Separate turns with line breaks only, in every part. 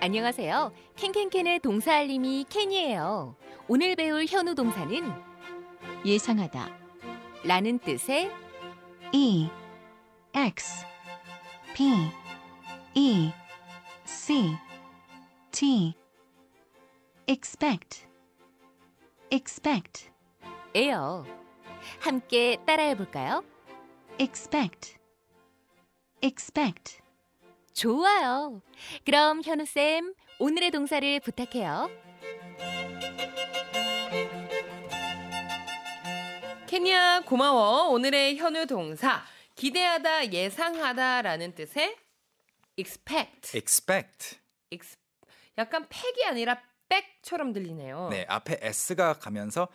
안녕하세요. 캔캔캔의 동사 알림이 캔이에요. 오늘 배울 현우 동사는
예상하다.
라는 뜻의
E X P E C T expect expect
에요. 함께 따라해 볼까요?
expect expect
좋아요. 그럼 현우쌤, 오늘의 동사를 부탁해요.
케냐 고마워. 오늘의 현우 동사 기대하다, 예상하다라는 뜻의 expect.
expect.
ex- 약간 팩이 아니라 백처럼 들리네요.
네, 앞에 s가 가면서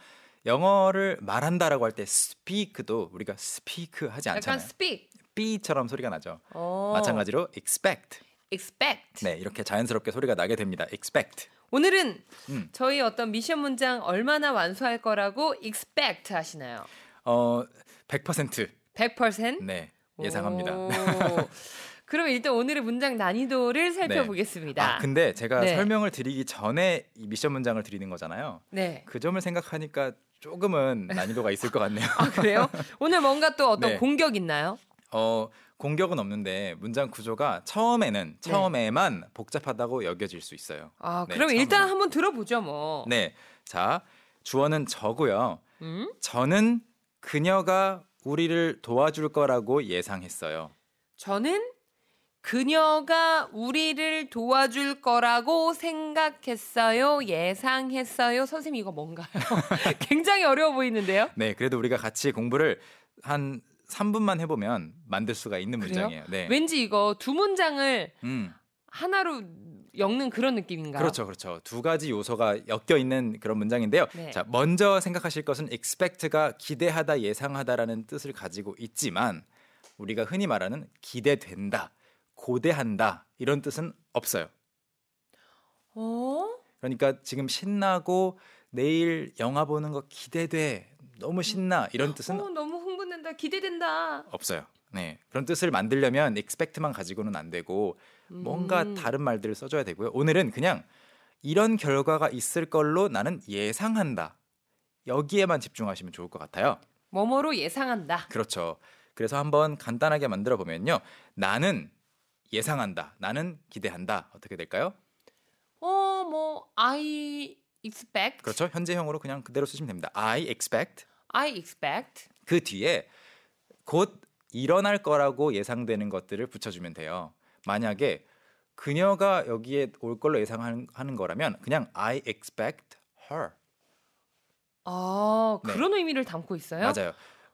영어를 말한다라고 할 때 speak도 우리가 speak 하지
약간
않잖아요.
speak.
b처럼 소리가 나죠.
어,
마찬가지로 expect.
expect.
네, 이렇게 자연스럽게 소리가 나게 됩니다. expect.
오늘은
음.
저희 어떤 미션 문장 얼마나 완수할 거라고 expect 하시나요?
어, 100%
100%?
네, 예상합니다.
오. 그럼 일단 오늘의 문장 난이도를 살펴보겠습니다.
네. 아, 근데 제가
네.
설명을 드리기 전에 이 미션 문장을 드리는 거잖아요.
네.
그 점을 생각하니까 조금은 난이도가 있을 것 같네요.
아, 그래요? 오늘 뭔가 또 어떤
네.
공격 있나요?
어, 공격은 없는데 문장 구조가
네.
처음에는 처음에만 복잡하다고 여겨질 수 있어요.
아,
네,
그럼 일단
처음에는.
한번 들어보죠, 뭐.
네. 자, 주어는 저고요.
음?
저는 그녀가 우리를 도와줄 거라고 예상했어요.
저는 그녀가 우리를 도와줄 거라고 생각했어요. 예상했어요. 선생님 이거 뭔가요? 굉장히 어려워 보이는데요.
네, 그래도 우리가 같이 공부를 한 3분만 해보면 만들 수가 있는
그래요?
문장이에요. 네.
왠지 이거 두 문장을
음,
하나로 엮는 그런 느낌인가요?
그렇죠, 그렇죠. 두 가지 요소가 엮여 있는 그런 문장인데요.
네.
자, 먼저 생각하실 것은 expect가 기대하다, 예상하다라는 뜻을 가지고 있지만 우리가 흔히 말하는 기대된다, 고대한다 이런 뜻은 없어요.
어?
그러니까 지금 신나고 내일 영화 보는 거 기대돼 너무 신나 이런 뜻은
어, 너무 흥분된다. 기대된다.
없어요. 네 그런 뜻을 만들려면 expect만 가지고는 안 되고 뭔가
음.
다른 말들을 써줘야 되고요. 오늘은 그냥 이런 결과가 있을 걸로 나는 예상한다 여기에만 집중하시면 좋을 것 같아요.
뭐뭐로 예상한다.
그렇죠. 그래서 한번 간단하게 만들어 보면요. 나는 예상한다. 나는 기대한다. 어떻게 될까요?
어, 뭐 I expect.
그렇죠. 현재형으로 그냥 그대로 쓰시면 됩니다. I expect
I expect.
그 뒤에 곧 일어날 거라고 예상되는 것들을 붙여주면 돼요. 만약에 그녀가 여기에 올 걸로 예상하는 하는 거라면 그냥 I expect her
아,
네.
그런 의미를 담고 있어요?
맞아요.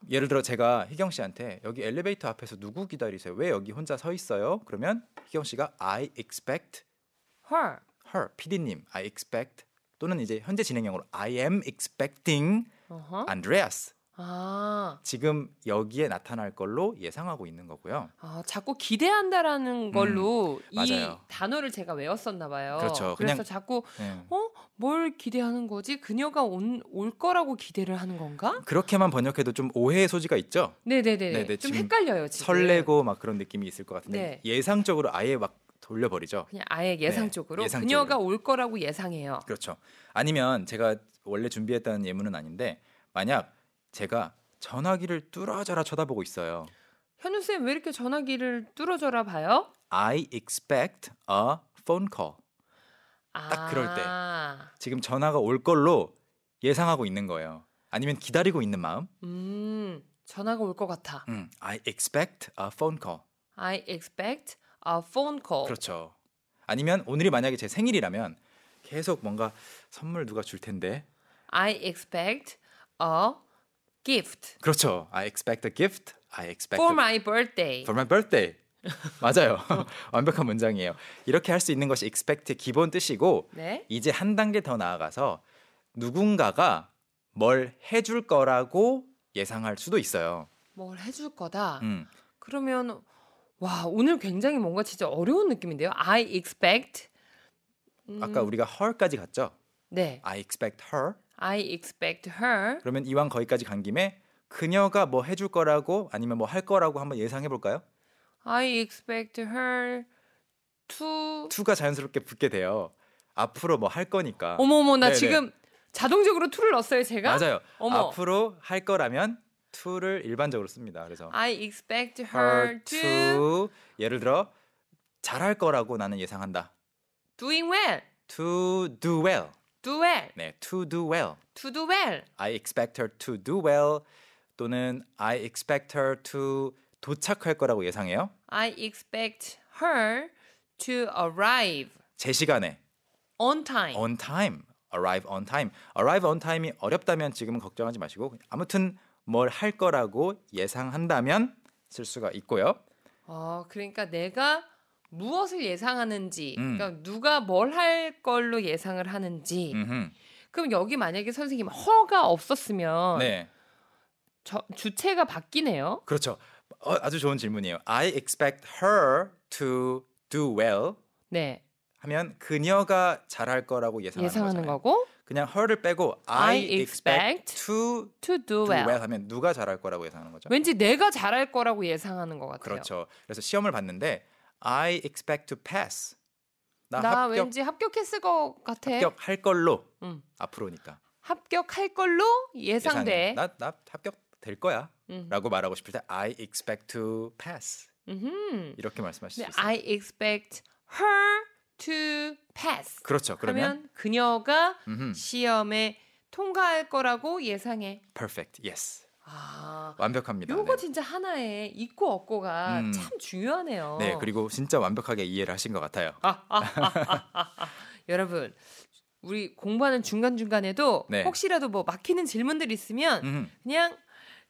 예를 들어 제가 희경 씨한테 여기 엘리베이터 앞에서 누구 기다리세요? 왜 여기 혼자 서 있어요? 그러면 희경 씨가 I expect
Her.
her PD님 I expect 또는 이제 현재 진행형으로 I am expecting
어허.
Andreas
아,
지금 여기에 나타날 걸로 예상하고 있는 거고요.
아, 자꾸 기대한다라는 걸로 이
음, 맞아요.
단어를 제가 외웠었나 봐요.
그렇죠.
래서
그냥-
자꾸
네.
어? 뭘 기대하는 거지? 그녀가 온, 올 거라고 기대를 하는 건가?
그렇게만 번역해도 좀 오해의 소지가 있죠.
네네네.
네네,
좀
지금
헷갈려요, 지금.
설레고 막 그런 느낌이 있을 것 같은데
네.
예상적으로 아예 막 돌려버리죠.
그냥 아예 예상적으로
네, 예상적으로.
그녀가 올 거라고 예상해요.
그렇죠. 아니면 제가 원래 준비했다는 예문은 아닌데 만약 제가 전화기를 뚫어져라 쳐다보고 있어요.
현우 쌤왜 이렇게 전화기를 뚫어져라 봐요?
I expect a phone call.
아,
딱 그럴 때.
때.
지금 전화가 올 걸로 예상하고 있는 거예요. 아니면 기다리고 있는 마음.
음, 전화가 올 것 같아.
음, I expect a phone call.
I expect a phone call.
그렇죠. 아니면 오늘이 만약에 제 생일이라면 계속 뭔가 선물 누가 줄 텐데.
I expect a gift
그렇죠. I expect a gift. I expect a
for my birthday.
for my birthday. 맞아요. 완벽한 문장이에요. 이렇게 할 수 있는 것이 expect의 기본 뜻이고
네.
이제 한 단계 더 나아가서 누군가가 뭘 해줄 거라고 예상할 수도 있어요.
뭘 해줄 거다.
음,
그러면 와 오늘 굉장히 뭔가 진짜 어려운 느낌인데요. I expect. 음,
아까 우리가 her까지 갔죠.
네.
I expect her.
I expect her.
그러면 이왕 거기까지 간 김에 그녀가 뭐 해줄 거라고 아니면 뭐 할 거라고 한번 예상해 볼까요?
I expect her to
to가 자연스럽게 붙게 돼요. 앞으로 뭐 할 거니까.
어머 어머 나
네네.
지금 자동적으로 to를 넣었어요 제가.
맞아요.
어머.
앞으로 할 거라면 to를 일반적으로 씁니다. 그래서
I expect her to
to 예를 들어 잘할 거라고 나는 예상한다.
doing well,
to do well.
do well,
네, to do well.
to do well.
I expect her to do well 또는 I expect her to 도착할 거라고 예상해요.
I expect her to arrive
제 시간에
on time.
on time, arrive on time. arrive on time이 어렵다면 지금은 걱정하지 마시고 아무튼 뭘 할 거라고 예상한다면 쓸 수가 있고요.
어, 그러니까 내가 무엇을 예상하는지,
음.
그러니까 누가 뭘 할 걸로 예상을 하는지.
음흠.
그럼 여기 만약에 선생님 허가 없었으면
네.
저- 주체가 바뀌네요.
그렇죠. 어, 아주 좋은 질문이에요. I expect her to do well
네,
하면 그녀가 잘할 거라고 예상하는,
예상하는
거잖아요.
거고
그냥 her를 빼고 I,
I
expect,
expect
to
to do
do well.
well.
하면 누가 잘할 거라고 예상하는 거죠.
왠지 내가 잘할 거라고 예상하는 것 같아요.
그렇죠. 그래서 시험을 봤는데 I expect to pass. 나,
나,
합격
왠지 합격했을 것 같아.
합격할 걸로
음.
앞으로니까
합격할 걸로 예상돼.
나나 합격 될 거야라고
음.
말하고 싶을 때 I expect to pass
음흠.
이렇게 말씀하실 수
근데
있어요.
I expect her to pass.
그렇죠. 그러면
하면 그녀가
음흠.
시험에 통과할 거라고 예상해.
perfect. yes.
아,
완벽합니다.
요거
네.
진짜 하나의 있고 없고가
음.
참 중요하네요.
네, 그리고 진짜 완벽하게 이해를 하신 것 같아요.
여러분, 우리 공부하는 중간 중간에도
네.
혹시라도 뭐 막히는 질문들 있으면
음,
그냥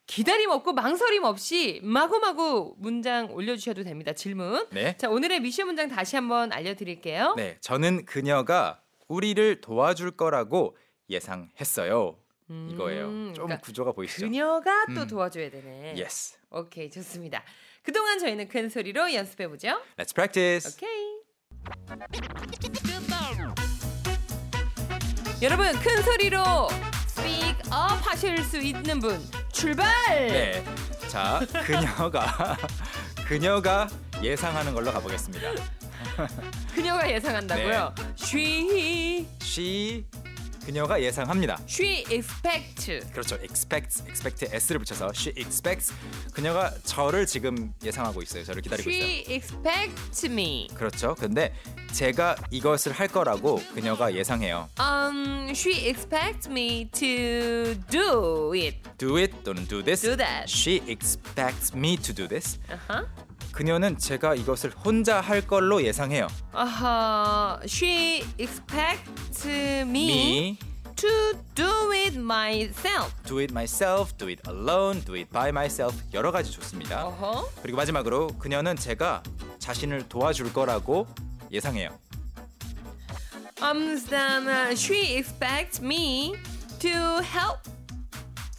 기다림 없고 망설임 없이 마구마구 문장 올려주셔도 됩니다. 질문.
네,
자, 오늘의 미션 문장 다시 한번 알려드릴게요.
네, 저는 그녀가 우리를 도와줄 거라고 예상했어요.
음,
이거예요. 좀
그러니까
구조가 보이시죠?
그녀가 또
음.
도와줘야 되네.
Yes,
오케이, 좋습니다. 그동안 저희는 큰 소리로 연습해보죠.
let's practice.
오케이. 여러분, 큰 소리로 speak up 하실 수 있는 분 출발!
네, 자, 그녀가 그녀가 예상하는 걸로 가보겠습니다.
그녀가 예상한다고요.
네.
She,
She 그녀가 예상합니다.
she expect.
그렇죠. expects, expect s를 붙여서 she expects 그녀가 저를 지금 예상하고 있어요. 저를 기다리고 있어요.
She expect me.
그렇죠. 근데 제가 이것을 할 거라고 그녀가 예상해요.
Um, she expect me to do it.
Do it 또는 do this.
Do that.
She expects me to do this.
아하.
그녀는 제가 이것을 혼자 할 걸로 예상해요.
아하. She expect me,
Me
to do it myself.
do it myself, do it alone, do it by myself 여러 가지 좋습니다.
어허.
그리고 마지막으로 그녀는 제가 자신을 도와줄 거라고 예상해요.
Um, then uh, she expect me to help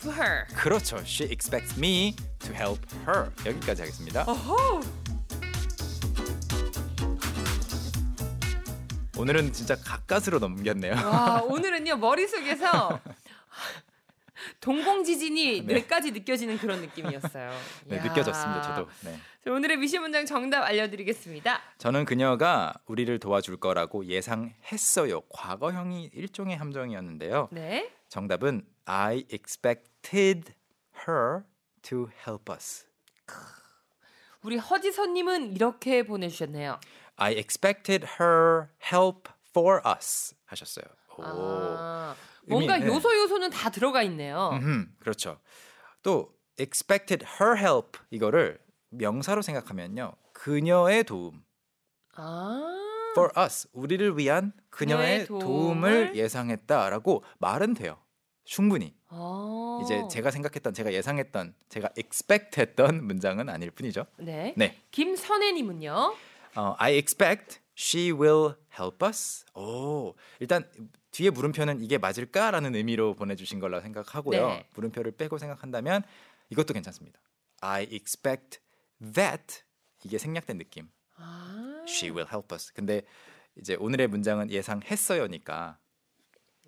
her.
그렇죠. She expects me to help her. 여기까지 하겠습니다.
어허.
오늘은 진짜 가까스로 넘겼네요.
와, 오늘은요 머릿속에서 동공지진이
네.
뇌까지 느껴지는 그런 느낌이었어요.
네,
이야.
느껴졌습니다. 저도. 네.
자, 오늘의 미션 문장 정답 알려드리겠습니다.
저는 그녀가 우리를 도와줄 거라고 예상했어요. 과거형이 일종의 함정이었는데요.
네.
정답은 I expected her to help us.
우리 허지선님은 이렇게 보내주셨네요.
I expected her help for us 하셨어요. 오.
아, 뭔가
의미, 네.
요소 요소는 다 들어가 있네요.
음, 그렇죠. 또 expected her help 이거를 명사로 생각하면요. 그녀의 도움
아,
for us 우리를 위한 그녀의
그녀의 도움을-
도움을 예상했다라고 말은 돼요. 충분히.
어.
이제 제가 생각했던 제가 예상했던 제가 expect했던 문장은 아닐 뿐이죠.
네.
네.
김선혜님은요.
어, I expect she will help us. 오. 일단 뒤에 물음표는 이게 맞을까라는 의미로 보내 주신 걸로 생각하고요.
네.
물음표를 빼고 생각한다면 이것도 괜찮습니다. I expect that 이게 생략된 느낌.
아,
She will help us. 근데 이제 오늘의 문장은 예상했어요니까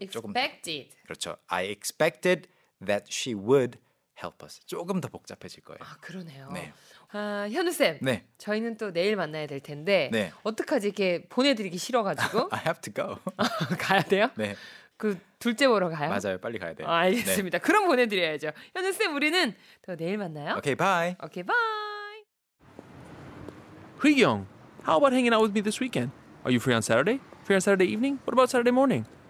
expected.
조금- 그렇죠. I expected that she would help us. 조금 더 복잡해질 거예요.
아 그러네요.
네.
아 현우 쌤,
네.
저희는 또 내일 만나야 될 텐데
네.
어떡하지 이렇게 보내드리기 싫어가지고
I have to go.
가야 돼요?
네.
그 둘째 보러 가요?
맞아요. 네. 빨리 가야 돼요.
아, 알겠습니다. 그럼 보내드려야죠. 현우 쌤, 우리는 또 내일 만나요.
네. Okay, bye.
오케이 바이.
Young, how about hanging out with me this weekend? Are you free on Saturday? Free on Saturday evening? What about Saturday morning?